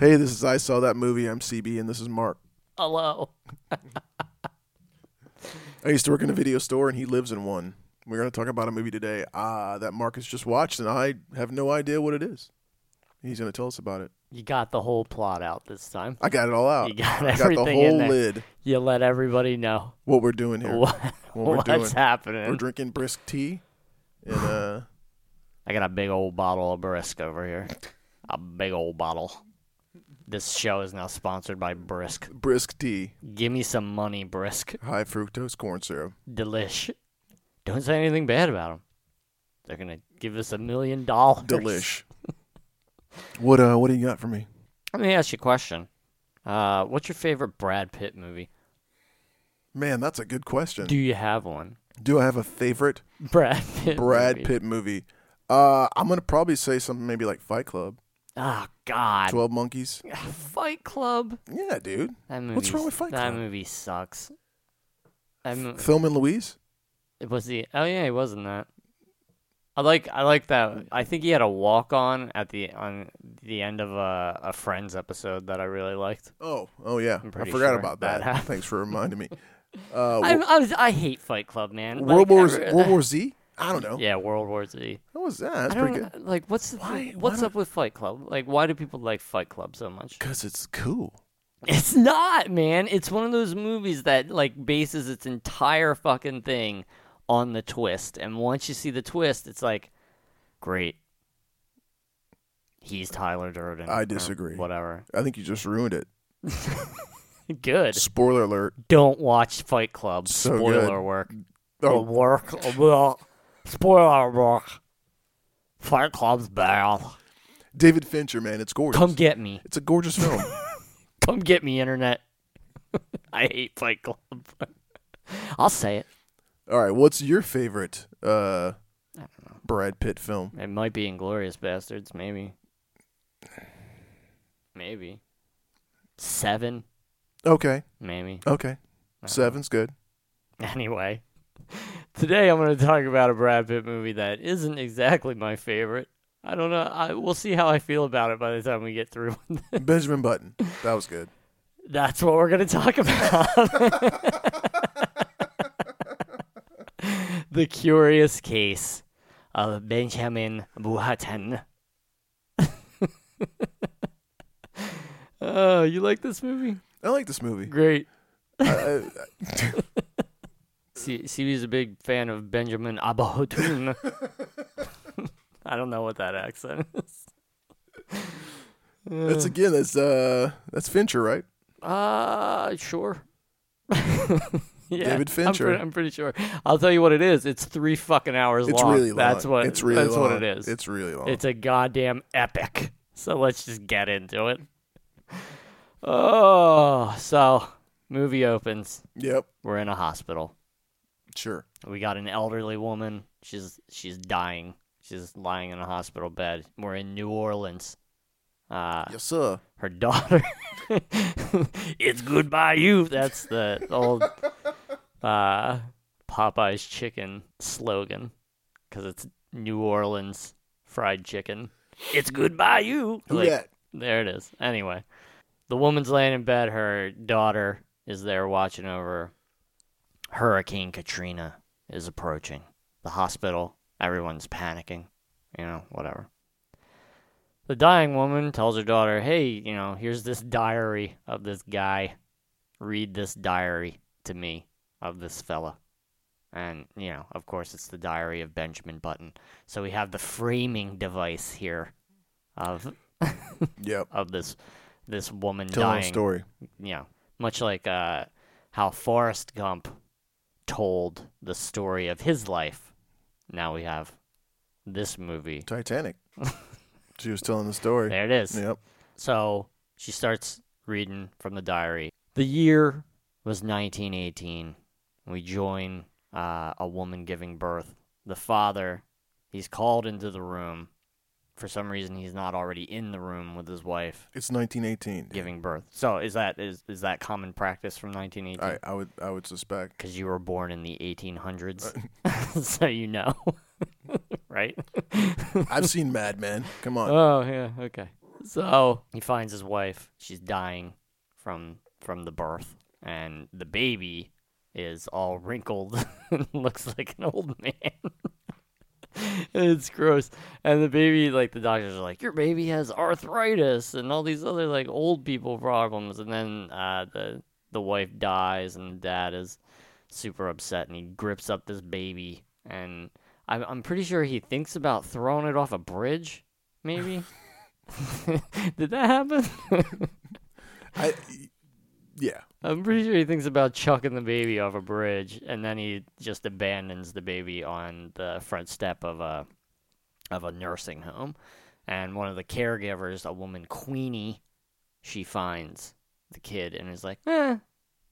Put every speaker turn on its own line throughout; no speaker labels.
Hey, this is I saw that movie. I'm CB, and this is Mark.
Hello.
I used to work in a video store, and he lives in one. We're going to talk about a movie today uh, that Marcus just watched, and I have no idea what it is. He's going to tell us about it.
You got the whole plot out this time.
I got it all out.
You got
Uh, I got the
everything in
whole
there.
lid.
You let everybody know
What we're doing here?
what,
What we're
what's
doing.
happening.
We're drinking brisk tea, and uh,
I got a big old bottle of Brisk over here. A big old bottle. This show is now sponsored by Brisk.
brisk tea,
Give me some money, Brisk.
high fructose corn syrup.
Delish. Don't say anything bad about them. They're going to give us a million dollars.
Delish. what uh? What do you got for me?
Let me ask you a question. Uh, what's your favorite Brad Pitt movie?
Man, that's a good question.
Do you have one?
Do I have a favorite
Brad Pitt.
Brad
movie.
Pitt movie? Uh, I'm gonna probably say something maybe like Fight Club,
Oh God.
Twelve Monkeys.
Fight Club.
Yeah, dude.
That movie.
What's wrong with Fight
That
Club?
movie sucks. That mo-
Film and Louise.
it was the. Oh yeah, he was in that. I like. I like that. I think he had a walk on at the on the end of a, a Friends episode that I really liked.
Oh, oh yeah. I
pretty
forgot
sure
about
that
that.
happened.
Thanks for reminding me. Uh,
I, I was. I hate Fight Club, man.
World
Like,
War
I re-
World War Z. I don't know.
Yeah, World War Z.
What was that? That's
I
pretty
don't
good.
like what's the,
Why- why
what's
don't-
up with Fight Club? Like, why do people like Fight Club so much?
Cause it's cool.
It's not, man. It's one of those movies that like bases its entire fucking thing on the twist. And once you see the twist, it's like, great. He's Tyler Durden.
I
or
disagree.
Whatever.
I think you just ruined it.
Good.
Spoiler alert.
Don't watch Fight Club.
So
Spoiler
good.
work.
Oh,
Work. Well, Spoiler work. Fight Club's bad.
David Fincher, man, it's gorgeous.
Come get me.
it's a gorgeous film.
Come get me, internet. I hate Fight Club. I'll say it.
All right, what's your favorite uh, Brad Pitt film?
It might be Inglorious Bastards, maybe. Maybe. Seven,
Okay,
maybe.
okay, seven's good.
Anyway, today I'm going to talk about a Brad Pitt movie that isn't exactly my favorite. I don't know. I, we'll see how I feel about it by the time we get through.
Benjamin Button, that was good.
That's what we're going to talk about. the Curious Case of Benjamin Button. oh, you like this movie?
I like this movie.
Great.
I, I- I-
See, see, he's a big fan of Benjamin Abahotun. I don't know what that accent is.
that's again, that's uh, that's Fincher, right?
Uh, sure. yeah,
David Fincher.
I'm, pre- I'm pretty sure. I'll tell you what it is. It's three fucking hours
It's
long.
really long.
That's what.
it's really
that's
long.
what it is.
It's really long.
It's a goddamn epic. So let's just get into it. Oh, so movie opens.
yep,
We're in a hospital.
sure.
We got an elderly woman. She's she's dying. She's lying in a hospital bed. We're in New Orleans. Uh,
Yes, sir.
her daughter. it's goodbye you. That's the old uh, Popeye's chicken slogan because it's New Orleans fried chicken. It's goodbye you.
Who
Like,
that?
There it is. Anyway, the woman's laying in bed. Her daughter is there watching over. her. Hurricane Katrina is approaching the hospital. Everyone's panicking. You know, whatever. The dying woman tells her daughter, Hey, you know, here's this diary of this guy. Read this diary to me of this fella. And, you know, of course, it's the diary of Benjamin Button. So we have the framing device here of
Yep.
of this this woman
Telling
dying.
a story.
Yeah, much like uh, how Forrest Gump told the story of his life. Now we have this movie.
Titanic. she was telling the story.
There it is.
Yep.
So she starts reading from the diary. The year was 1918. We join uh, a woman giving birth. The father, he's called into the room. For some reason, he's not already in the room with his wife.
It's 1918. dude.
giving birth. So is that is is that common practice from 1918?
I, I would I would suspect.
Because you were born in the 1800s, so you know, right?
I've seen Mad Men. Come on.
Uh. Oh yeah, okay. So he finds his wife. She's dying from from the birth, and the baby is all wrinkled and looks like an old man. it's gross. And the baby, like the doctors are like, your baby has arthritis and all these other like old people problems. And then uh, the the wife dies, and dad is super upset, and he grips up this baby, and I'm I'm pretty sure he thinks about throwing it off a bridge, maybe. Did that happen?
I, yeah.
I'm pretty sure he thinks about chucking the baby off a bridge, and then he just abandons the baby on the front step of a of a nursing home. And one of the caregivers, a woman Queenie, she finds the kid and is like, "Eh,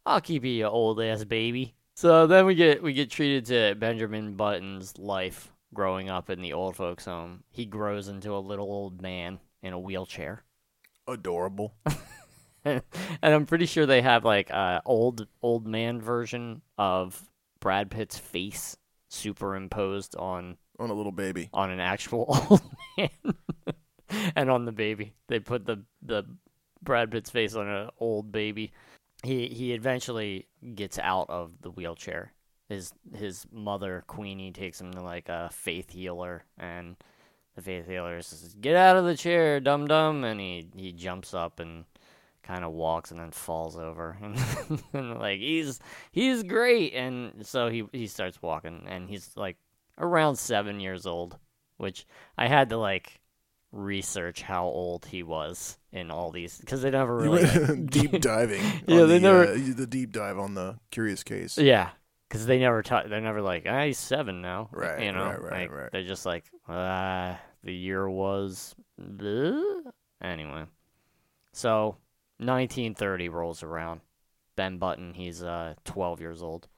I'll keep you, you old ass baby." So then we get we get treated to Benjamin Button's life growing up in the old folks' home. He grows into a little old man in a wheelchair.
Adorable.
and I'm pretty sure they have like a old old man version of Brad Pitt's face superimposed on
On a little baby.
on an actual old man and on the baby. They put the the Brad Pitt's face on an old baby. He he eventually gets out of the wheelchair. His his mother Queenie takes him to like a faith healer, and the faith healer says, "Get out of the chair, dum dum," and he he jumps up and kind of walks and then falls over and, and like he's he's great and so he he starts walking and he's like around seven years old, which I had to like research how old he was in all these because they never
You
really.
went deep diving.
Yeah,
on
they
the,
never-
uh, the deep dive on the curious case.
yeah, because they never taught. They're never like, ah, he's seven now.
Right,
You know,
right, right,
like,
right.
They're just like, ah, the year was. bleh." Anyway, so 1930 rolls around. Ben Button, he's uh 12 years old,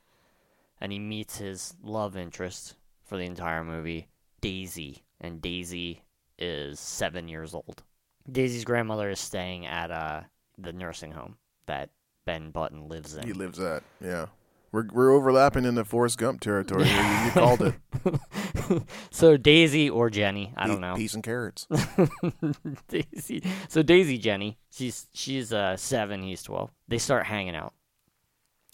and he meets his love interest for the entire movie, Daisy, and Daisy is seven years old. Daisy's grandmother is staying at uh the nursing home that Ben Button lives in.
He lives that. Yeah. We're, we're overlapping in the Forrest Gump territory. here. You, you called it.
so Daisy or Jenny, I
Eat
don't know.
Peas and carrots.
Daisy. So Daisy Jenny, she's she's uh seven, he's twelve. They start hanging out,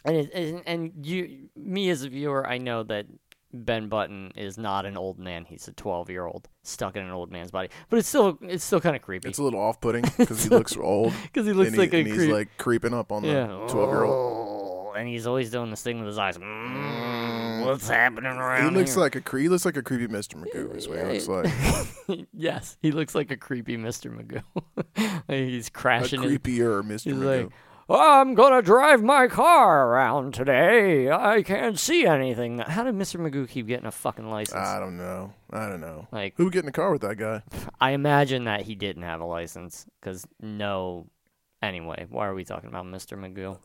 and it, and and you me as a viewer, I know that Ben Button is not an old man. He's a twelve year old stuck in an old man's body, but it's still it's still kind of creepy
It's a little off putting because he looks old.
because he looks
and, he-
like a
and he's
creep.
like creeping up on
yeah,
the 12 year old.
Oh, and he's always doing this thing with his eyes. Mm, what's happening around?
He looks
here?
like a cre- he looks like a creepy Mr. Magoo. Is what he looks like
yes, he looks like a creepy Mr. Magoo. Like, he's
a
crashing. his-
creepier Mr.
he's
Magoo.
like, I'm gonna drive my car around today. I can't see anything. How did Mr. Magoo keep getting a fucking license?
I don't know. I don't know.
like,
Uh, Who would get in the car with that guy?
I imagine that he didn't have a license because no. Anyway, why are we talking about Mr. Magoo?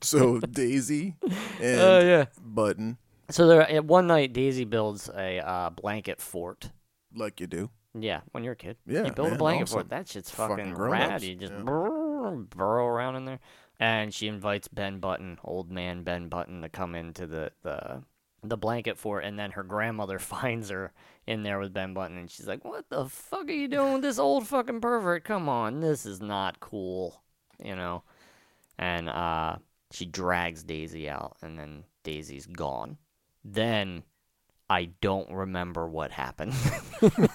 So Daisy and
Oh yeah.
Button,
So there, at one night, Daisy builds a uh, blanket fort.
like you do.
Yeah, when you're a kid.
Yeah,
You build
man,
a blanket for
awesome.
it. That shit's
Fucking
fucking,
grown-ups,
rad. You just
yeah.
burrow, burrow around in there. And she invites Ben Button, old man Ben Button, to come into the, the the blanket for it. And then her grandmother finds her in there with Ben Button. And she's like, What the fuck are you doing with this old fucking pervert? Come on. This is not cool. You know? And uh, she drags Daisy out. And then Daisy's gone. Then I don't remember what happened.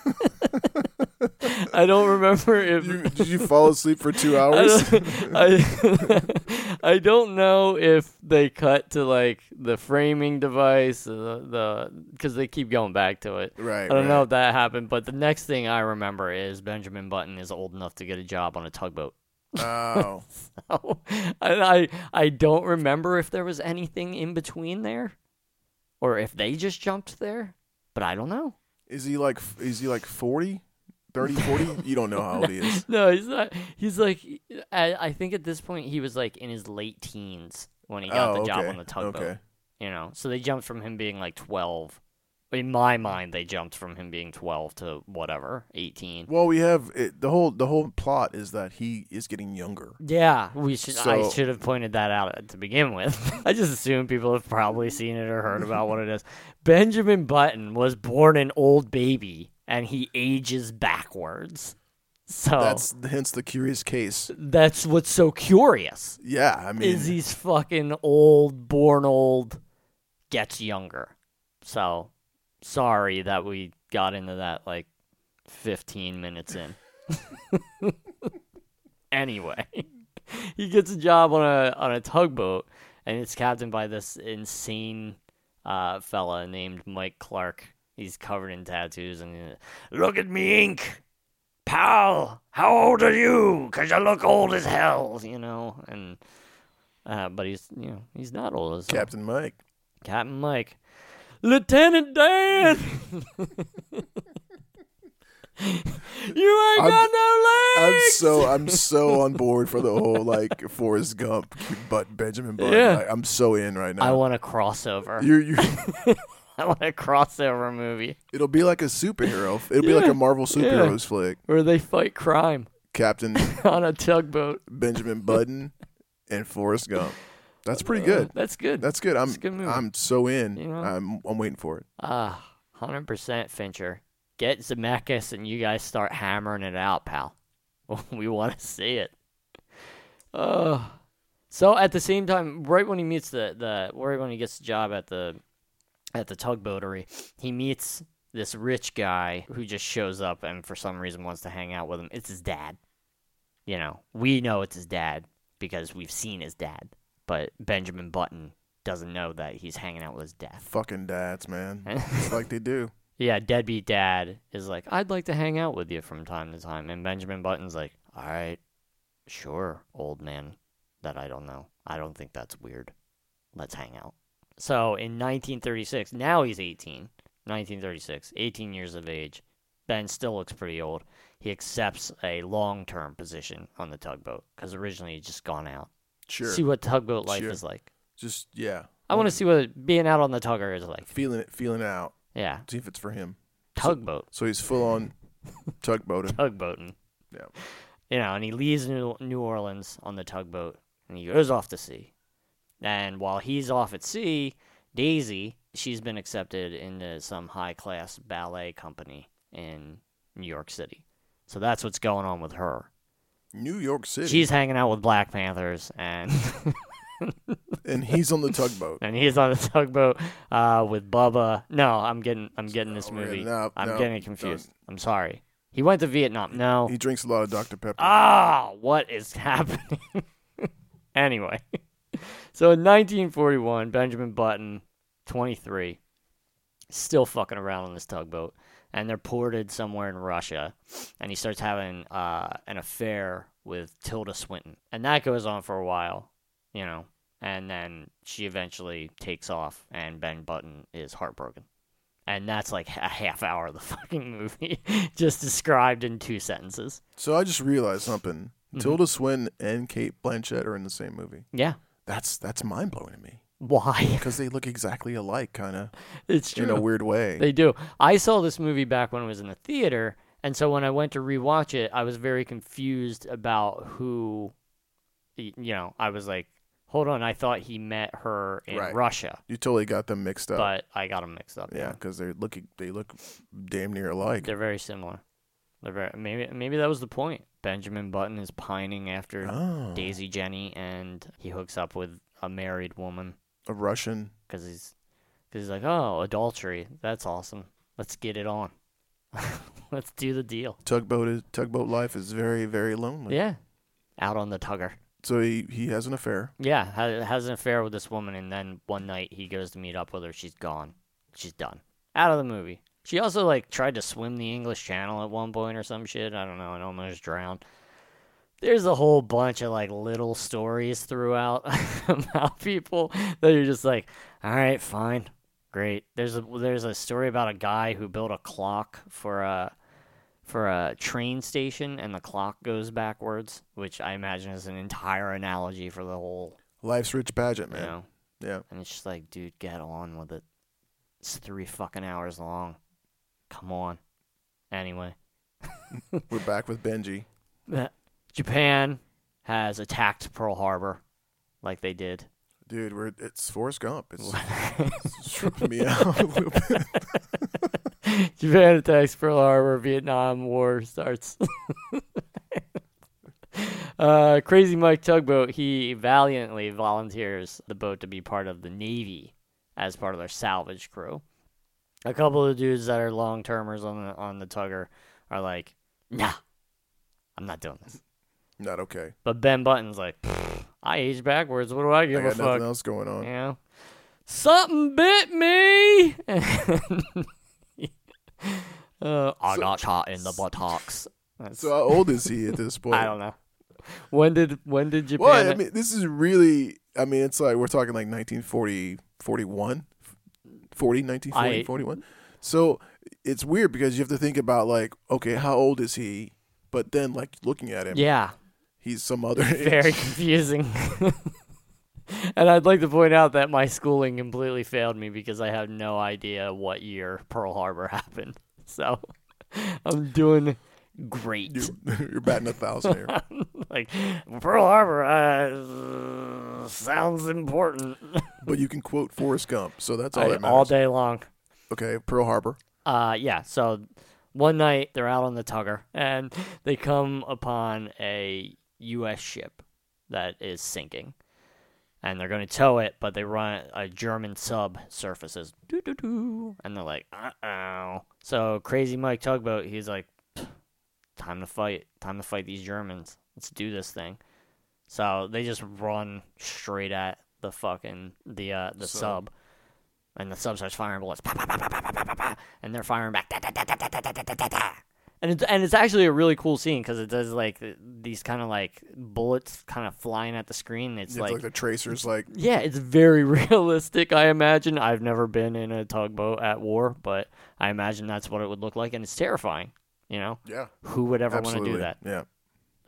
I don't remember if
You, did you fall asleep for two
I
hours?
don't, I, I don't know if they cut to like the framing device, the the because they keep going back to it.
right.
I don't
right.
know if that happened, but the next thing I remember is Benjamin Button is old enough to get a job on a tugboat.
Oh,
and I I don't remember if there was anything in between there, or if they just jumped there. But I don't know.
is he like is he like 40, 30, 40? You don't know how old Oh, he is.
No, he's not. He's like, I, I think at this point he was like in his late teens when he got
oh,
the
okay.
job on the tugboat.
Okay.
You know, so they jumped from him being like 12. In my mind, they jumped from him being 12 to whatever, 18.
Well, we have it, the whole the whole plot is that he is getting younger.
Yeah, we should. I
So-
should have pointed that out to begin with. I just assume people have probably seen it or heard about what it is. Benjamin Button was born an old baby, and he ages backwards. So that's,
That's hence the curious case.
what's so curious
Yeah, I mean,
is these fucking old, born old, gets younger. So sorry that we got into that like 15 minutes in. anyway, he gets a job on a on a tugboat, and it's captained by this insane uh, fella named Mike Clark. He's covered in tattoos, and he- look at me, ink. Pal, how old are you? 'Cause you look old as hell, you know. And uh, but he's you know he's not old as hell.
Captain Mike.
Captain Mike. Lieutenant Dan! you ain't
I'm-
got no
I'm
legs!
so I'm so on board for the whole like Forrest Gump, but Benjamin Button.
Yeah.
Like, I'm so in right
I
now.
want a crossover.
you you
I want a crossover movie
it'll be like a superhero. It'll be like
Yeah,
a Marvel superheroes flick.
where they fight crime
Captain
on a tugboat.
Benjamin Button and Forrest Gump. That's
Uh,
pretty good.
That's good.
That's good. I'm
It's a good movie.
I'm so in.
You know?
I'm I'm waiting for it.
Ah, 100% Fincher. Get Zemeckis and you guys start hammering it out, pal. we want to see it. Oh. So at the same time, right when he meets the, the right when he gets the job at the at the tugboatery, he meets this rich guy who just shows up and for some reason wants to hang out with him. It's his dad. You know, we know it's his dad because we've seen his dad, but Benjamin Button doesn't know that he's hanging out with his dad.
Fucking dads, man. It's like they do.
Yeah, deadbeat dad is like, I'd like to hang out with you from time to time. And Benjamin Button's like, all right, sure, old man that I don't know. I don't think that's weird. Let's hang out. So in 1936, now he's 18. 1936, 18 years of age. Ben still looks pretty old. He accepts a long term position on the tugboat because originally he'd just gone out.
Sure.
See what tugboat life
Sure.
is like.
Just yeah.
I want to see what being out on the tugger is like.
feeling it, feeling it out.
Yeah,
See if it's for him.
tugboat.
So he's full on tugboating.
tugboating.
Yeah.
You know, and he leaves New, New Orleans on the tugboat and he goes off to sea. And while he's off at sea, Daisy, she's been accepted into some high class ballet company in New York City. So that's what's going on with her.
New York City,
She's hanging out with Black Panthers and
and he's on the tugboat.
and he's on a tugboat uh, with Bubba. No, I'm getting I'm getting this
Oh, man,
movie.
no,
I'm
no,
getting it confused. I'm sorry. He went to Vietnam. No.
He drinks a lot of Dr Pepper.
Ah, what is happening? anyway, so in 1941, Benjamin Button, 23, still fucking around on this tugboat, and they're ported somewhere in Russia, and he starts having uh, an affair with Tilda Swinton, and that goes on for a while, you know, and then she eventually takes off, and Ben Button is heartbroken. And that's like a half hour of the fucking movie, just described in two sentences.
So I just realized something.
Mm-hmm.
Tilda Swinton and Kate Blanchett are in the same movie.
Yeah.
That's that's mind blowing to me
Why?
because they look exactly alike, kind of
It's true.
in a weird way.
they do. I saw this movie back when it was in the theater, and so when I went to rewatch it, I was very confused about who, y- you know, I was like, hold on, I thought he met her in
Right.
Russia,
you totally got them mixed up.
but I got them mixed up.
yeah, because they look they look damn near alike.
They're very similar. They're very, maybe maybe that was the point. Benjamin Button is pining after
Oh,
Daisy Jenny, and he hooks up with a married woman
a Russian.
because he's cause he's like, oh, adultery. That's awesome. Let's get it on. Let's do the deal.
Tugboat is, tugboat life is very very lonely.
Yeah, out on the tugger.
So he, he has an affair.
Yeah, ha- has an affair with this woman, and then one night he goes to meet up with her. She's gone. She's done. Out of the movie. She also like tried to swim the English Channel at one point or some shit. I don't know, and almost drowned. There's a whole bunch of like little stories throughout about people that you're just like, all right, fine, great. There's a there's a story about a guy who built a clock for a for a train station, and the clock goes backwards, which I imagine is an entire analogy for the whole
Life's rich pageant,
you
man.
know?
Yeah.
And it's just like, dude, get on with it. It's three fucking hours long. Come on. Anyway,
We're back with Benji.
Japan has attacked Pearl Harbor like they did.
Dude, we're it's Forrest Gump. It's, it's tripping me out. a little bit.
Japan attacks Pearl Harbor. Vietnam War starts. uh, Crazy Mike Tugboat. He valiantly volunteers the boat to be part of the Navy as part of their salvage crew. A couple of dudes that are long termers on the on the tugger are like, Nah, I'm not doing this.
Not okay.
But Ben Button's like, "Pfft, I age backwards. What do I
I
give
got
a
nothing
fuck?
else going on.
You know, something bit me. uh, I got shot in the buttocks. That's-
So uh, how old is he at this point?
I don't know. When did when did Japan?
Well, I mean, this is really. I mean, it's like we're talking like 1940, 41, 40, 1940,
I-
41. So it's weird because you have to think about like, okay, how old is he? But then, like looking at him,
yeah,
he's some other.
very confusing. and I'd like to point out that my schooling completely failed me because I have no idea what year Pearl Harbor happened. So I'm doing great.
You're, you're batting a thousand here.
like Pearl Harbor uh, sounds important
but you can quote Forrest Gump, so that's all
I-
Oh, that matters.
all day long.
Okay, Pearl Harbor.
Uh, yeah. So one night they're out on the tugger and they come upon a U.S. ship that is sinking, and they're going to tow it, but they run a German sub surfaces, Doo-doo-doo. and they're like, uh oh. So crazy Mike tugboat, he's like, "Pfft, time to fight, time to fight these Germans. Let's do this thing. So they just run straight at the fucking the uh, the
Sub.
sub. And the sub starts firing bullets, pa, pa, pa, pa, pa, pa, pa, pa, pa, and they're firing back. Da, da, da, da, da, da, da, da, da, da. And it's and it's actually a really cool scene because it does like th- these kind of like bullets kind of flying at the screen. It's
It's like,
like,
the tracers, like
yeah, it's very realistic. I imagine I've never been in a tugboat at war, but I imagine that's what it would look like, and it's terrifying. You know,
yeah,
who would ever want to
absolutely,
do that?
yeah.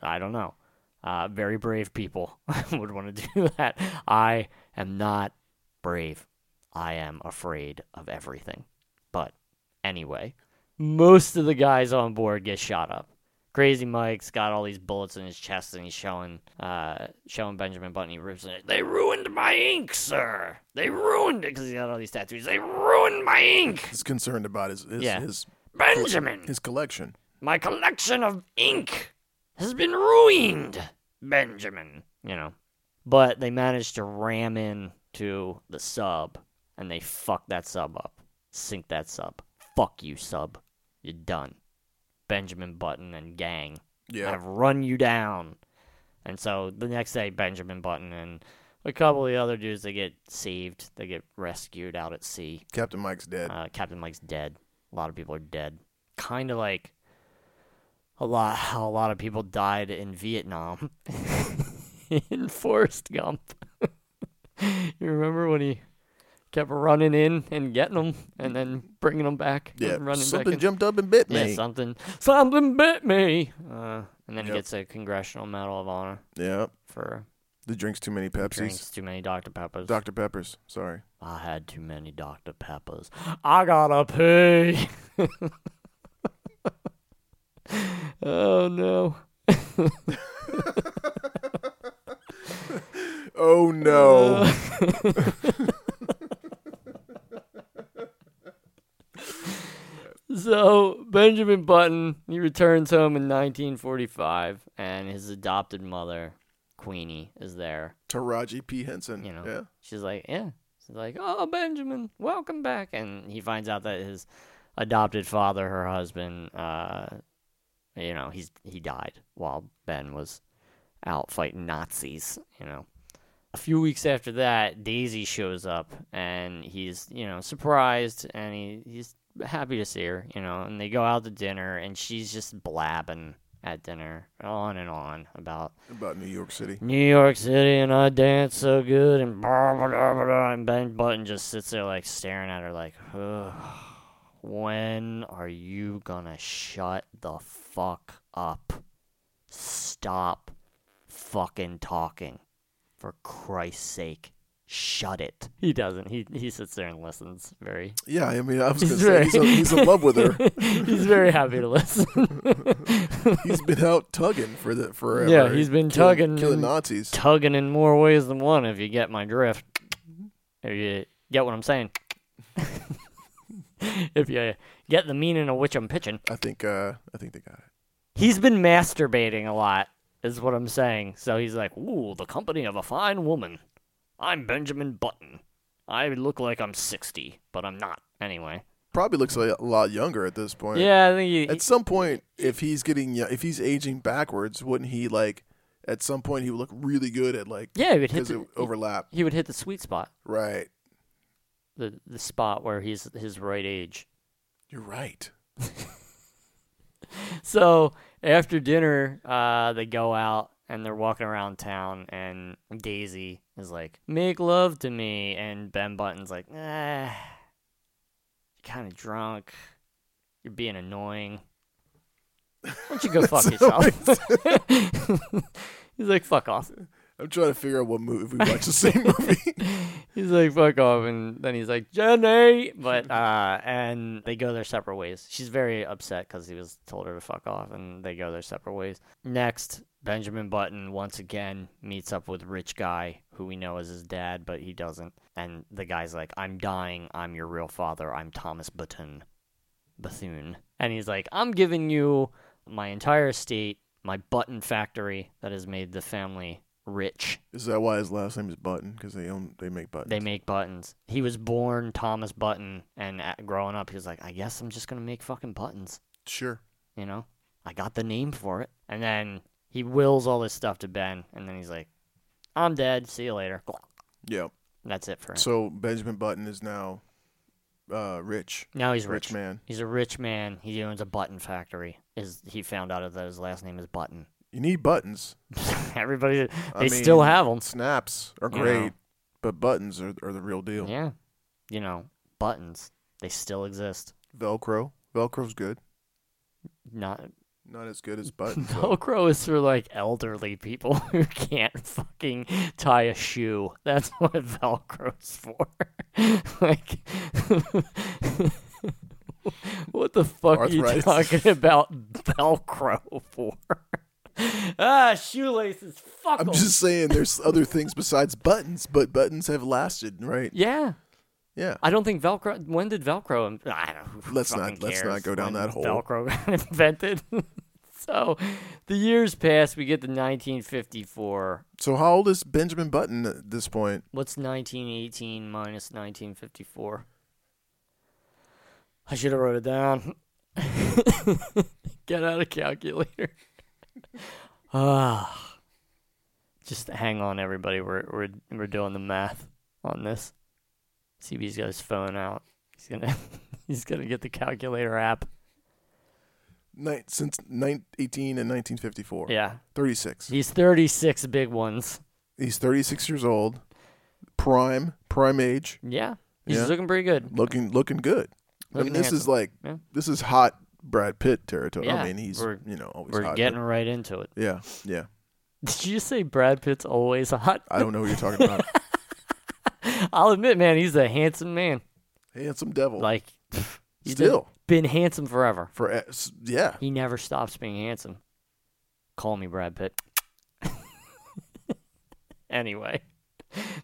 I don't know. Uh, very brave people would want to do that. I am not brave. I am afraid of everything. But anyway, most of the guys on board get shot up. Crazy Mike's got all these bullets in his chest, and he's showing, uh, showing Benjamin Button. He rips it. They ruined my ink, sir. They ruined it because he got all these tattoos. They ruined my ink,
He's concerned about his his
Yeah.
his,
Benjamin.
his collection.
My collection of ink has been ruined, Benjamin. You know. But they managed to ram in to the sub and they fuck that sub up. Sink that sub. Fuck you, sub. You're done. Benjamin Button and gang
Yeah,
have run you down. And so the next day, Benjamin Button and a couple of the other dudes, they get saved. They get rescued out at sea.
Captain Mike's dead.
Uh, Captain Mike's dead. A lot of people are dead. Kind of like a lot how a lot of people died in Vietnam in Forrest Gump. you remember when he kept running in and getting them and then bringing them back?
yeah,
and running
something
back in. uh,
jumped up and bit
yeah,
me.
something. Something bit me. Uh, and then he
Yep.
gets a Congressional Medal of Honor
yeah,
for
the drinks too many Pepsis.
drinks too many Dr. Peppers.
Dr. Peppers. Sorry.
I had too many Dr. Peppers. I gotta pee. oh no.
Oh
Uh.
no.
So Benjamin Button, he returns home in 1945, and his adopted mother, Queenie, is there.
Taraji P. Henson.
You know.
Yeah.
She's like, yeah. She's like, oh, Benjamin, welcome back. And he finds out that his adopted father, her husband, uh, you know, he's he died while Ben was out fighting Nazis. You know, a few weeks after that, Daisy shows up and he's you know surprised and he, he's happy to see her. You know, and they go out to dinner and she's just blabbing at dinner on and on about
About New York City.
New York City and I dance so good and blah, blah, blah, blah, blah, and Ben Button just sits there like staring at her like, "Ugh, when are you gonna shut the fuck up? Stop fucking talking. For Christ's sake, shut it. He doesn't. He he sits there and listens very
Yeah, I mean, I was going to
He's
say
very-
he's, in- he's in love with her.
he's very happy to listen.
He's been out tugging for the forever.
Yeah, he's been
Killing-
tugging.
killing Nazis.
tugging in more ways than Mm-hmm. one if you get my drift. If you get what I'm saying. if you get the meaning of which I'm pitching.
I think uh, I think they got it.
He's been masturbating a lot, is what I'm saying. So he's like, ooh, the company of a fine woman. I'm Benjamin Button. I look like I'm 60, but I'm not. Anyway.
Probably looks like a lot younger at this point.
Yeah, I think he,
At some point, if he's getting yo- if he's aging backwards, wouldn't he like? At some point, he would look really good at like
yeah, he would hit
because
the,
it overlap.
he would hit the sweet spot,
Right.
the the spot where he's his right age.
You're right.
So after dinner, uh, they go out and they're walking around town, and Daisy is like, "Make love to me," and Ben Button's like, "Eh, kind of drunk. You're being annoying. Why don't you go fuck yourself?" He's like, "Fuck off."
I'm trying to figure out what movie if we watch the same movie.
he's like, fuck off. And then he's like, Jenny. But, uh, and they go their separate ways. She's very upset because he was told her to fuck off and they go their separate ways. Next, Benjamin Button once again meets up with Rich Guy, who we know is his dad, but he doesn't. And the guy's like, I'm dying. I'm your real father. I'm Thomas Button. Bethune. And he's like, I'm giving you my entire estate, my button factory that has made the family rich.
Is that why his last name is Button? Because they own they make buttons.
They make buttons. He was born Thomas Button, and at, growing up, he was like, I guess I'm just gonna make fucking buttons.
sure.
You know, I got the name for it. And then he wills all this stuff to Ben, and then he's like, I'm dead. See you later.
Yeah.
That's it for him.
So Benjamin Button is now uh, rich,
now he's
rich,
rich.
man.
He's a rich man. He owns a button factory. Is he found out that his last name is Button?
You need buttons.
Everybody, they
I mean,
still have them.
Snaps are
You know.
great, but buttons are, are the real deal.
Yeah, you know, buttons. They still exist.
Velcro. Velcro's good.
Not
Not as good as buttons. though.
Velcro is for like elderly people who can't fucking tie a shoe. That's what Velcro's for. like, what the fuck are you
Arthritis.
talking about Velcro for? ah, shoelaces. Fuck
I'm
'em.
just saying there's other things besides buttons, but buttons have lasted, right?
Yeah,
Yeah.
I don't think Velcro. When did Velcro? I don't. who
Let's not-
fucking
let's not
cares
go down
when
that hole.
Velcro got invented. so, the years pass. We get to 1954.
So how old is Benjamin Button at this point?
What's 1918 minus 1954? I should have wrote it down. Get out a calculator. Ah. Just hang on everybody. We're we're we're doing the math on this. CB's got his phone out. He's going to he's going to get the calculator app.
Ni- since nine, 18 and 1954.
Yeah.
36.
He's 36 big ones.
He's 36 years old. Prime, prime age.
Yeah. He's
Yeah.
looking pretty good.
Looking looking good. I
Looking
mean, this is
handsome.
like
Yeah.
this is hot Brad Pitt territory.
Yeah,
I mean, he's
we're-
you know, always
We're
hot.
getting right into it.
but- yeah. Yeah.
Did you say Brad Pitt's always hot?
I don't know what you're talking about.
I'll admit, man, he's a handsome man.
Handsome devil.
Like, pff, he's been-
Still
been, handsome forever.
for eh, s- yeah.
He never stops being handsome. Call me Brad Pitt. anyway,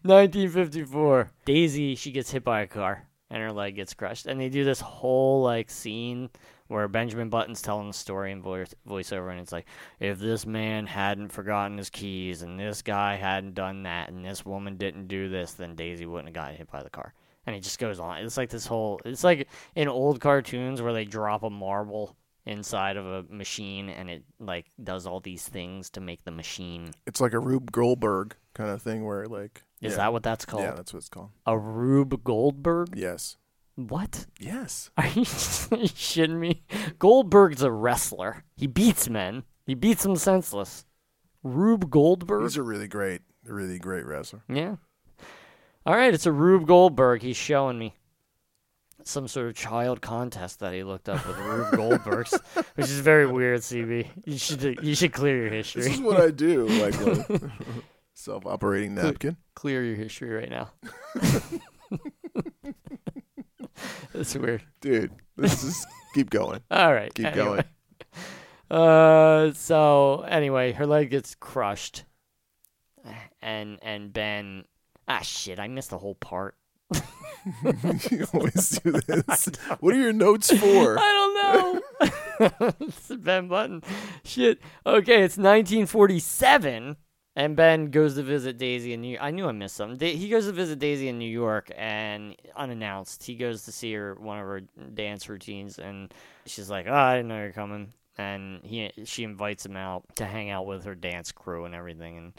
1954. Daisy, she gets hit by a car and her leg gets crushed. And they do this whole, like, scene where Benjamin Button's telling the story in voice- voiceover, and it's like, if this man hadn't forgotten his keys, and this guy hadn't done that, and this woman didn't do this, then Daisy wouldn't have gotten hit by the car. And it just goes on. It's like this whole. It's like in old cartoons where they drop a marble inside of a machine, and it like does all these things to make the machine.
It's like a Rube Goldberg kind of thing where like
Is
yeah.
that what that's called?
Yeah, that's what it's called.
A Rube Goldberg?
Yes.
What?
Yes.
Are you, are you shitting me? Goldberg's a wrestler. He beats men. He beats them senseless. Rube Goldberg.
He's a really great, really great wrestler.
Yeah. All right, it's a Rube Goldberg. He's showing me some sort of child contest that he looked up with Rube Goldberg's, which is very weird. CB, you should you should clear your
This is
history.
what I do, like with self-operating napkin.
Clear your history right now. That's weird.
Dude, this is keep going.
All right,
Keep
anyway.
going.
Uh, so anyway, her leg gets crushed, and and Ben, ah shit, I missed the whole part.
you always do this. What are your notes for?
I don't know. it's Ben Button. Shit. Okay, it's 1947, and Ben goes to visit Daisy in New. I knew I missed something. Da- he goes to visit Daisy in New York, and unannounced, he goes to see her one of her dance routines, and she's like, "Oh, I didn't know you're coming." And he she invites him out to hang out with her dance crew and everything, and.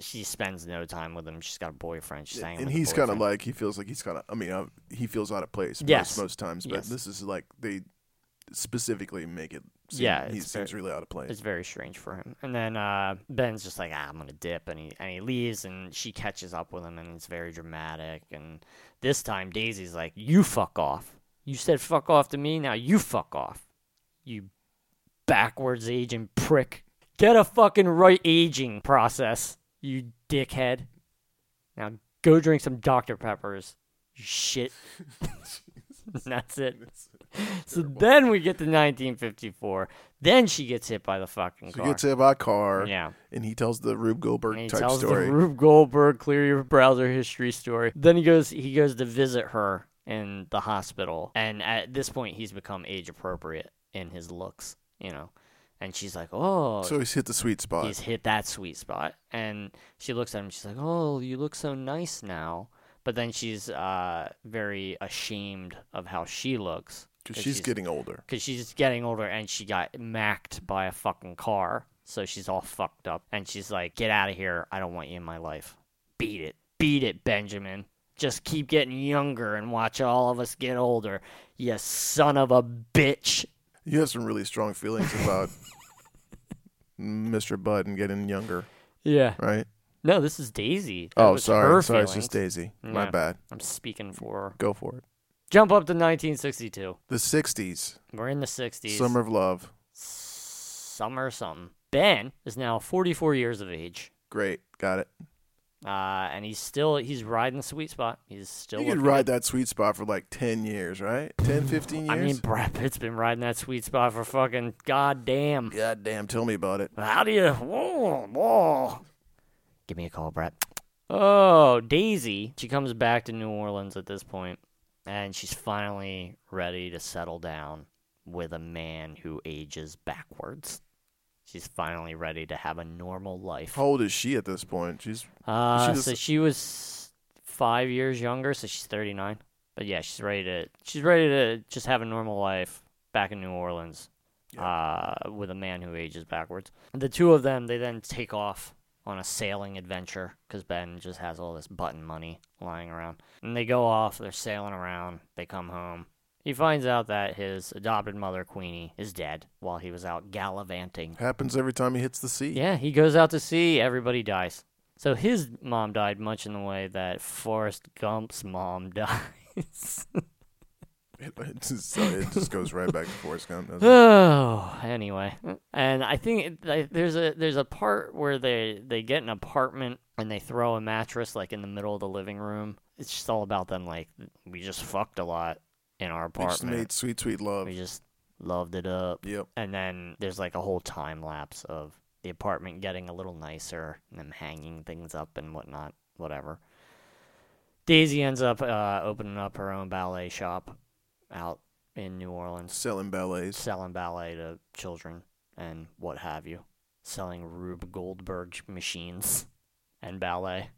She spends no time with him. She's got a boyfriend. She's hanging.
and
with the
he's kind of
boyfriend.
like he feels like he's kind of. I mean, uh, he feels out of place most-
Yes.
most, times, but
Yes.
this is like they specifically make it. Seem,
Yeah,
he
it's very-
seems really out of place.
It's very strange for him. And then uh, Ben's just like, ah, I'm gonna dip, and he and he leaves, and she catches up with him, and it's very dramatic. And this time Daisy's like, you fuck off. You said fuck off to me, now you fuck off. You backwards aging prick. Get a fucking right aging process, you dickhead. Now go drink some Dr Peppers. you Shit. That's it. So then we get to 1954. Then she gets hit by the fucking
So
car.
he gets hit by a car,
yeah.
and he tells the Rube
And he
Goldberg type
tells
story.
the Rube Goldberg clear your browser history story. Then he goes he goes to visit her in the hospital, and at this point he's become age appropriate in his looks, you know. And she's like, "Oh,
so he's hit the sweet spot.
he's hit that sweet spot." And she looks at him. She's like, "Oh, you look so nice now." But then she's uh, very ashamed of how she looks
Because she's
she's-
getting older.
because she's getting older and she got macked by a fucking car. So she's all fucked up. And she's like, get out of here. I don't want you in my life. Beat it. Beat it, Benjamin. Just keep getting younger and watch all of us get older. You son of a bitch.
You have some really strong feelings about Mr. Bud and getting younger,
Yeah.
right?
No, this is Daisy. That
Oh,
was
sorry.
her
Sorry, it's
feelings.
just Daisy. My
Yeah.
bad.
I'm speaking for her.
Go for it.
Jump up to 1962.
The 60s,
We're in the 60s.
Summer of Love.
Summer something. Ben is now 44 years of age.
Great. Got it.
Uh, and he's still he's riding the sweet spot. He's still
You could
looking
ride that sweet spot for like 10 years, right? 10, 15 years?
Mm. I mean, Brad Pitt's been riding that sweet spot for fucking goddamn.
God damn, tell me about it.
How do you? Whoa, whoa. Give me a call, Brad. Oh, Daisy. She comes back to New Orleans at this point, and she's finally ready to settle down with a man who ages backwards. She's finally ready to have a normal life.
How old is she at this point? She's
Uh,
She was-
so she was five years younger, so she's thirty nine. But yeah, she's ready to she's ready to just have a normal life back in New Orleans, uh, with a man who ages backwards. The two of them they then take off on a sailing adventure because Ben just has all this button money lying around, and they go off. They're sailing around. They come home. He finds out that his adopted mother Queenie is dead while he was out gallivanting.
happens every time he hits the sea.
Yeah, he goes out to sea, everybody dies. So his mom died much in the way that Forrest Gump's mom dies.
It, it just, it just goes right back to Forrest Gump. doesn't it?
oh, anyway. And I think it, like, there's a there's a part where they they get an apartment and they throw a mattress like in the middle of the living room. It's just all about them like we just fucked a lot in our
They just
apartment.
made sweet, sweet love.
we just loved it up.
Yep.
And then there's like a whole time lapse of the apartment getting a little nicer and them hanging things up and whatnot, whatever. Daisy ends up uh, opening up her own ballet shop out in New Orleans,
Selling ballets.
selling ballet to children and what have you, selling Rube Goldberg machines and ballet.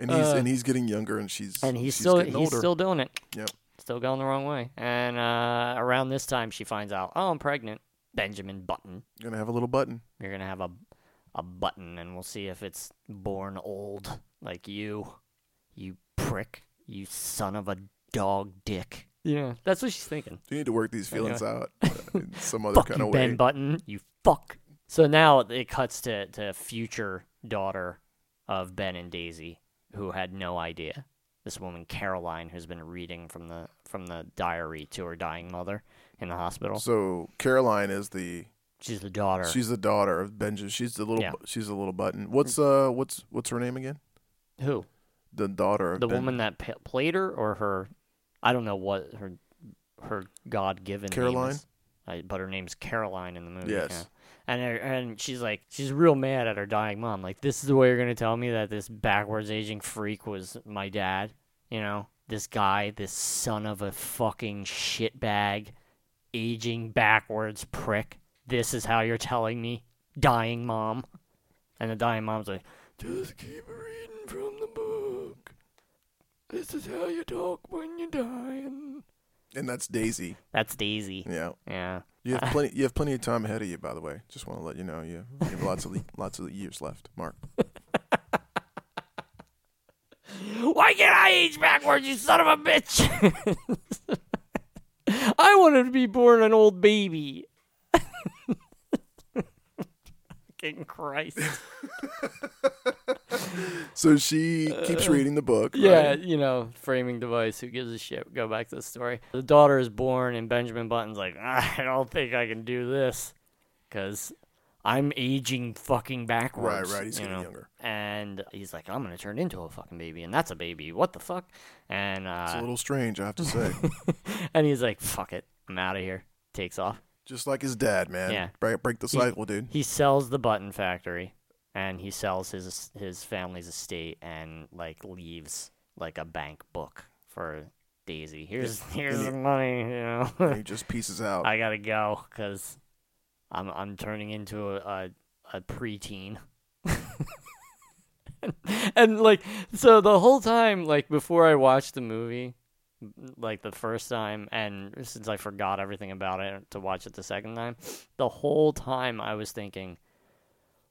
And he's
Uh,
and he's getting younger and she's
And he's
she's
still
getting
he's
older.
still doing it.
Yep.
Still going the wrong way. And uh, around this time, she finds out, oh, I'm pregnant. Benjamin Button.
gonna have a little button.
You're gonna have a a button, and we'll see if it's born old like you, you prick, you son of a dog dick. Yeah, that's what she's thinking.
You need to work these feelings out uh, in some other
Fuck
kind
you,
of way.
Ben Button, you fuck. So now it cuts to to future daughter of Ben and Daisy, who had no idea. This woman Caroline, who's been reading from the from the diary to her dying mother in the hospital.
So Caroline is the
She's the daughter.
she's the daughter of Benjamin. She's the little
Yeah.
bu- she's the little button. What's uh what's what's her name again?
who?
The daughter of
the
Ben-
woman that p- played her or her i don't know what her her god-given
Caroline?
name is, I, but her name's caroline in the movie
Yes.
yeah. and her, and she's like she's real mad at her dying mom like this is the way you're gonna tell me that this backwards aging freak was my dad you know this guy, this son of a fucking shitbag, aging backwards prick. This is how you're telling me, dying mom. And the dying mom's like,
Just keep reading from the book. This is how you talk when you're dying. And that's Daisy.
that's Daisy.
Yeah.
Yeah.
You have plenty. You have plenty of time ahead of you, by the way. Just want to let you know you have, you have lots of le- lots of years left, Mark.
Why can't I age backwards, you son of a bitch? I wanted to be born an old baby. Fucking Christ.
So she keeps reading the book.
Uh, Yeah,
right?
you know, framing device. Who gives a shit? Go back to the story. The daughter is born, and Benjamin Button's like, "Ah, I don't think I can do this because I'm aging fucking
Right.
backwards.
Right. He's
you
getting
know?
younger.
And he's like, I'm going to turn into a fucking baby, and that's a baby. What the fuck? And uh,
It's a little strange, I have to say.
and he's like, fuck it. I'm out of here. Takes off.
Just like his dad, man.
Yeah.
Break, break the
He-
cycle, dude.
He sells the button factory and he sells his his family's estate and like leaves like a bank book for Daisy. Here's here's
and
the
he-
money, you know.
And he just pieces out.
I got to go cuz I'm I'm turning into a a, a preteen. and like so the whole time like before I watched the movie like the first time and since I forgot everything about it to watch it the second time, the whole time I was thinking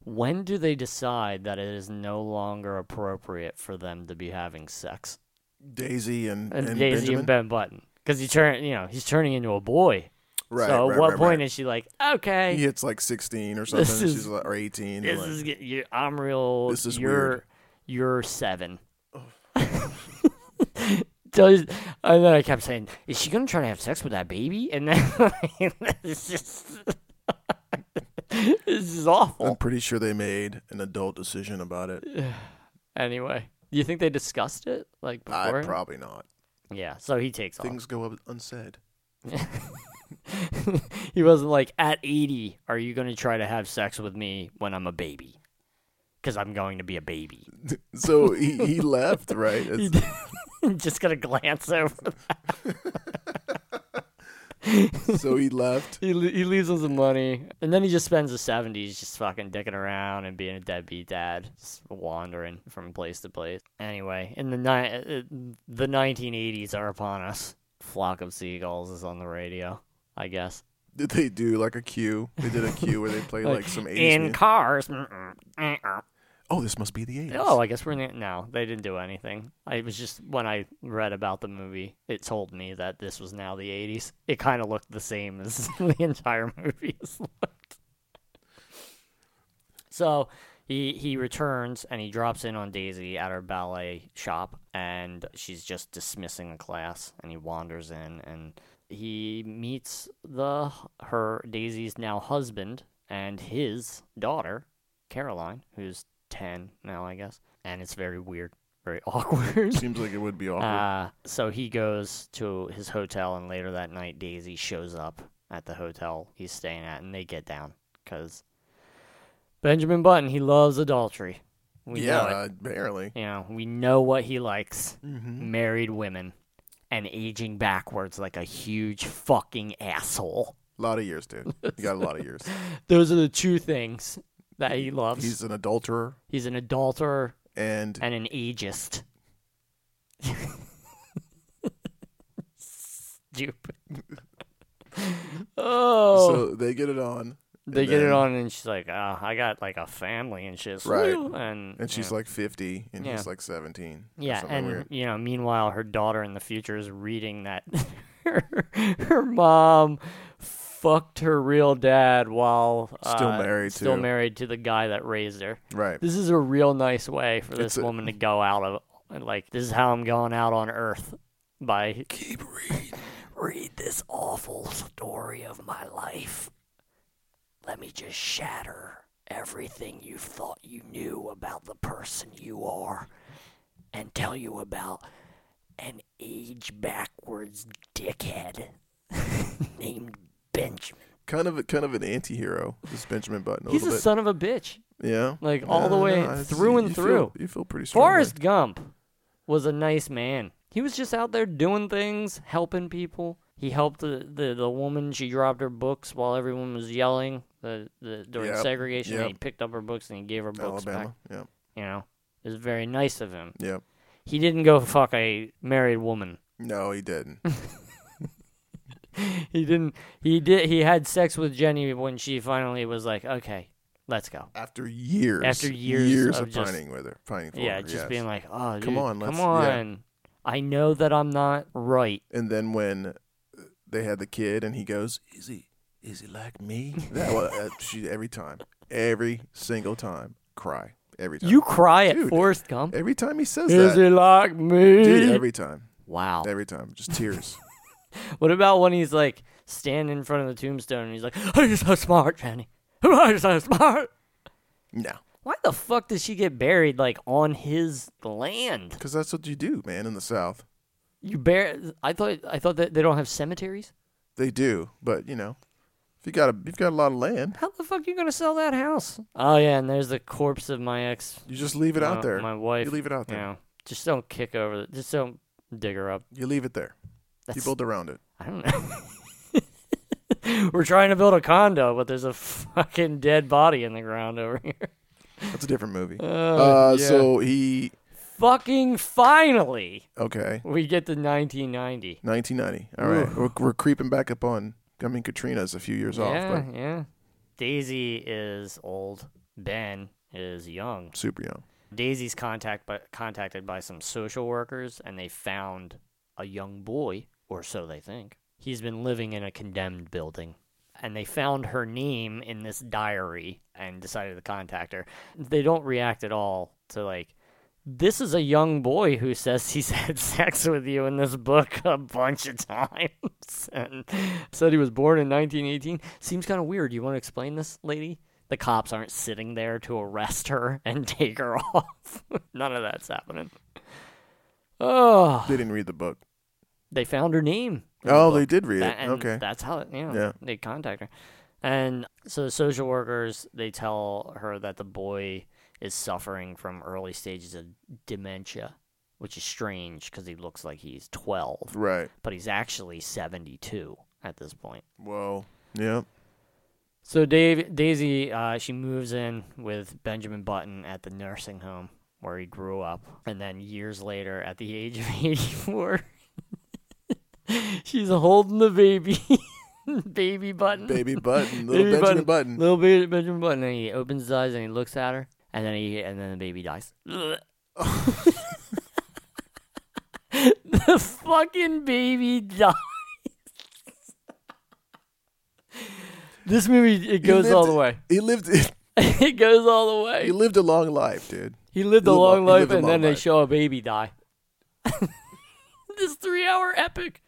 when do they decide that it is no longer appropriate for them to be having sex?
Daisy and,
And,
and
Daisy
Benjamin.
and Ben Button cuz he turn, you know, he's turning into a boy.
right.
so at
right,
what
right,
point
right.
is she like, okay,
he hits like 16 or something. and
is-
she's like, or 18.
this
like,
is get- you, I'm real. old,
This is
you're,
weird.
You're seven. so, and then I kept saying, is she gonna try to have sex with that baby? And then it's just, this is
I'm
awful.
pretty sure they made an adult decision about it.
Anyway, do you think they discussed it like
I
before?
probably not.
yeah. So he takes off.
Things go up unsaid.
he wasn't like, at 80, are you going to try to have sex with me when I'm a baby? Because I'm going to be a baby.
So he, he left, right? It's-
Just going to glance over.
so he left.
He, le- he leaves him some money. And then he just spends the 70s just fucking dicking around and being a deadbeat dad, just wandering from place to place. Anyway, in the, ni- uh, the 1980s are upon us. Flock of Seagulls is on the radio, I guess.
Did they do like a cue? They did a cue where they played like some 80s
in
music.
cars. Mm-mm, mm-mm.
Oh, this must be the 80s.
Oh, I guess we're in the, no. They didn't do anything. I it was just when I read about the movie, it told me that this was now the '80s. It kind of looked the same as the entire movie has looked. So he he returns and he drops in on Daisy at her ballet shop, and she's just dismissing the class, and he wanders in and he meets the her Daisy's now husband and his daughter Caroline, who's 10 now, I guess. And it's very weird, very awkward.
Seems like it would be awkward.
uh, so he goes to his hotel, and later that night, Daisy shows up at the hotel he's staying at, and they get down because Benjamin Button, he loves adultery. We
yeah,
know
uh, barely.
it. Eh. You know, we know what he likes
Mm-hmm.
married women and aging backwards like a huge fucking asshole.
A lot of years, dude. You got a lot of years.
Those are the two things that he loves.
He's an adulterer
he's an adulterer
and
and an ageist. Stupid. oh,
so they get it on.
they
and
get it
then-
on, and she's like, uh, "I got like a family and shit."
Right.
and
And she's
yeah.
like 50 and
Yeah.
he's like 17. or
"Yeah,"
something
and
weird.
you know, meanwhile, her daughter in the future is reading that her, her mom fucked her real dad while
Still
uh,
married
still
to-
married to the guy that raised her.
Right.
This is a real nice way for
It's
this
a-
woman to go out of like this is how I'm going out on earth by
Keep reading.
read this awful story of my life. Let me just shatter everything you thought you knew about the person you are and tell you about an age backwards dickhead named Benjamin.
Kind of, a, kind of an anti-hero, this Benjamin Button. A
He's a
little bit.
son of a bitch.
yeah,
like, all the
No,
way
no, I
through
see-
and
you
through.
Feel, you feel pretty strong.
Forrest Gump was a nice man. He was just out there doing things, helping people. He helped the, the, the woman. She dropped her books while everyone was yelling the, the, during
Yep,
segregation. And
yep.
he picked up her books and he gave her books back.
Alabama. Yeah.
You know, it was very nice of him.
Yeah.
He didn't go fuck a married woman.
No, he didn't.
He didn't. He did. He had sex with Jenny when she finally was like, "Okay, let's go."
After years.
After years
of,
of just-
pining with her. Pining for
yeah,
her.
just
yes.
being like, "Oh, dude,
on,
come
let's- yeah."
on." I know that I'm not right.
And then when uh, they had the kid, and he goes, "Is he? Is he like me?" That was uh, she every time, every single time, cry every time.
You cry at
Dude,
Forrest Gump.
every time he says
Is
that,
it like me?
dude, every time,
wow.
every time, just tears.
What about when he's like standing in front of the tombstone and he's like, "Are you so smart, Jenny? Are you so smart?"
no,
Why the fuck does she get buried like on his land?
because that's what you do, man. In the South,
You bear. I thought. I thought that they don't have cemeteries.
they do, but you know, if you got a, you've got a lot of land,
How the fuck you gonna sell that house? Oh yeah, and there's the corpse of my ex.
you just leave it
my-
out there.
Uh, My wife.
you leave it out
You
there.
know, just don't kick over. The, just don't dig her up.
You leave it there.
That's,
You build around it.
I don't know. We're trying to build a condo, but there's a fucking dead body in the ground over here.
That's a different movie.
Uh,
Uh,
yeah.
so he
fucking finally,
okay.
we get to 1990.
1990. All right. We're, we're creeping back up on. I mean, Katrina's a few years
yeah,
off,
yeah. Daisy is old. Ben is young.
but super young.
Daisy's contact by, contacted by some social workers, and they found a young boy, or so they think. He's been living in a condemned building, and they found her name in this diary and decided to contact her. They don't react at all to like, this is a young boy who says he's had sex with you in this book a bunch of times, and said he was born in 1918. Seems kind of weird. You want to explain this, lady? the cops aren't sitting there to arrest her and take her off. None of that's happening. Oh,
They didn't read the book.
they found her name. in the
Oh,
book.
they did read
That-
it.
and
Okay.
that's how it, you know,
Yeah.
they contact her. And so the social workers they tell her that the boy is suffering from early stages of dementia, which is strange because he looks like he's 12,
Right.
but he's actually 72 at this point.
Whoa. Yeah.
So Dave, Daisy, uh, she moves in with Benjamin Button at the nursing home where he grew up, and then years later, at the age of eighty-four, she's holding the baby, baby Button,
Baby Button. Little
Baby
Benjamin
Button.
Button.
little baby Benjamin Button, and he opens his eyes and he looks at her, and then he and then the baby dies. the fucking baby dies. This movie it goes all
lived-
the way
He lived.
it goes all the
He
way.
lived a long life, dude.
He lived
he lived
a
a
long
lo- he
life,
lived a
and
long
then they
life.
show a baby die. this three-hour epic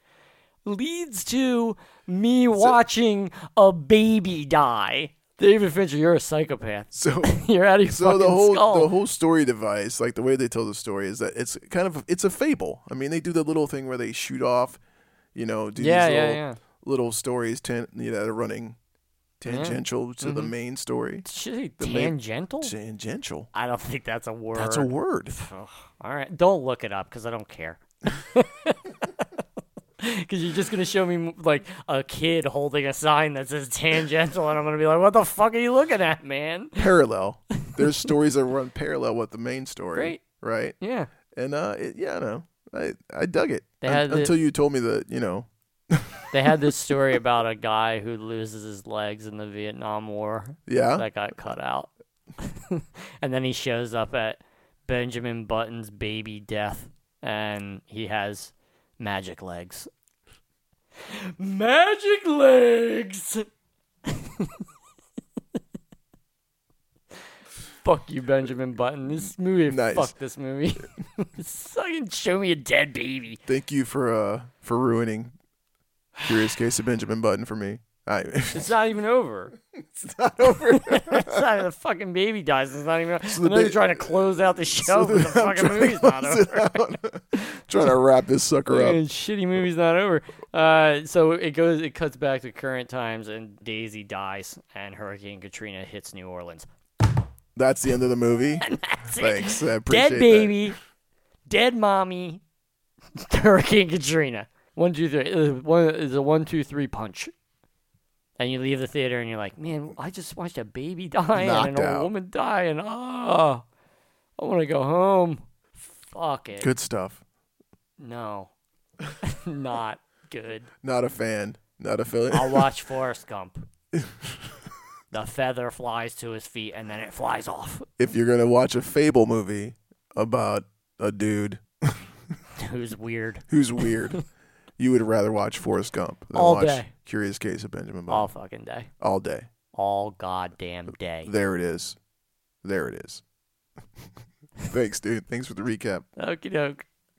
leads to me watching a baby die. David Fincher, you're a psychopath.
So.
You're out of your
So
fucking
the whole
skull.
the whole story device, like the way they tell the story, is that it's kind of it's a fable. I mean, they do the little thing where they shoot off, you know, do
yeah,
these
yeah,
little,
yeah.
little stories tan- you know, that are running
Mm.
tangential to
Mm-hmm.
the main story.
Should I say
the ma-
tangential?
Tangential.
I don't think that's a word.
That's a word.
Ugh, all right, don't look it up because I don't care. Because you're just gonna show me like a kid holding a sign that says tangential, and I'm gonna be like, "What the fuck are you looking at, man?"
parallel. There's stories that run parallel with the main story.
Great.
Right.
Yeah,
And uh, it, yeah, I know. I I dug it
They
Un-
had the-
until you told me that you know.
they had this story about a guy who loses his legs in the Vietnam War
Yeah.
that got cut out, and then he shows up at Benjamin Button's baby death, and he has magic legs. Magic legs. Fuck you, Benjamin Button. This movie,
Nice.
fuck this movie. Fucking show me a dead baby.
Thank you for uh for ruining Curious Case of Benjamin Button for me. I
It's not even over.
it's not over.
It's not even the fucking baby dies. It's not even. I
the
know you're
ba-
trying to close out the show, but the
I'm
fucking
trying
movie's
to
not
close
over.
it out. trying to wrap this sucker up.
Fucking shitty movie's not over. Uh, so it goes. It cuts back to current times, and Daisy dies, and Hurricane Katrina hits New Orleans.
That's the end of the movie.
That's it.
Thanks. I appreciate
Dead
that.
baby, dead mommy, Hurricane Katrina. One, two, three. Uh, One is a one, two, three punch. And you leave the theater and you're like, man, I just watched a baby die and
Knocked
an
out.
old woman die, and oh, I want to go home. Fuck it.
Good stuff.
No, not good.
Not a fan. Not a fan.
I'll watch Forrest Gump. the feather flies to his feet and then it flies off.
if you're gonna watch a Fable movie about a dude
Who's weird?
who's weird, you would rather watch Forrest Gump than
All
watch
day.
Curious Case of Benjamin Button.
All fucking day.
All day.
All goddamn day.
There it is. There it is. Thanks, dude. Thanks for the recap.
Okie doke.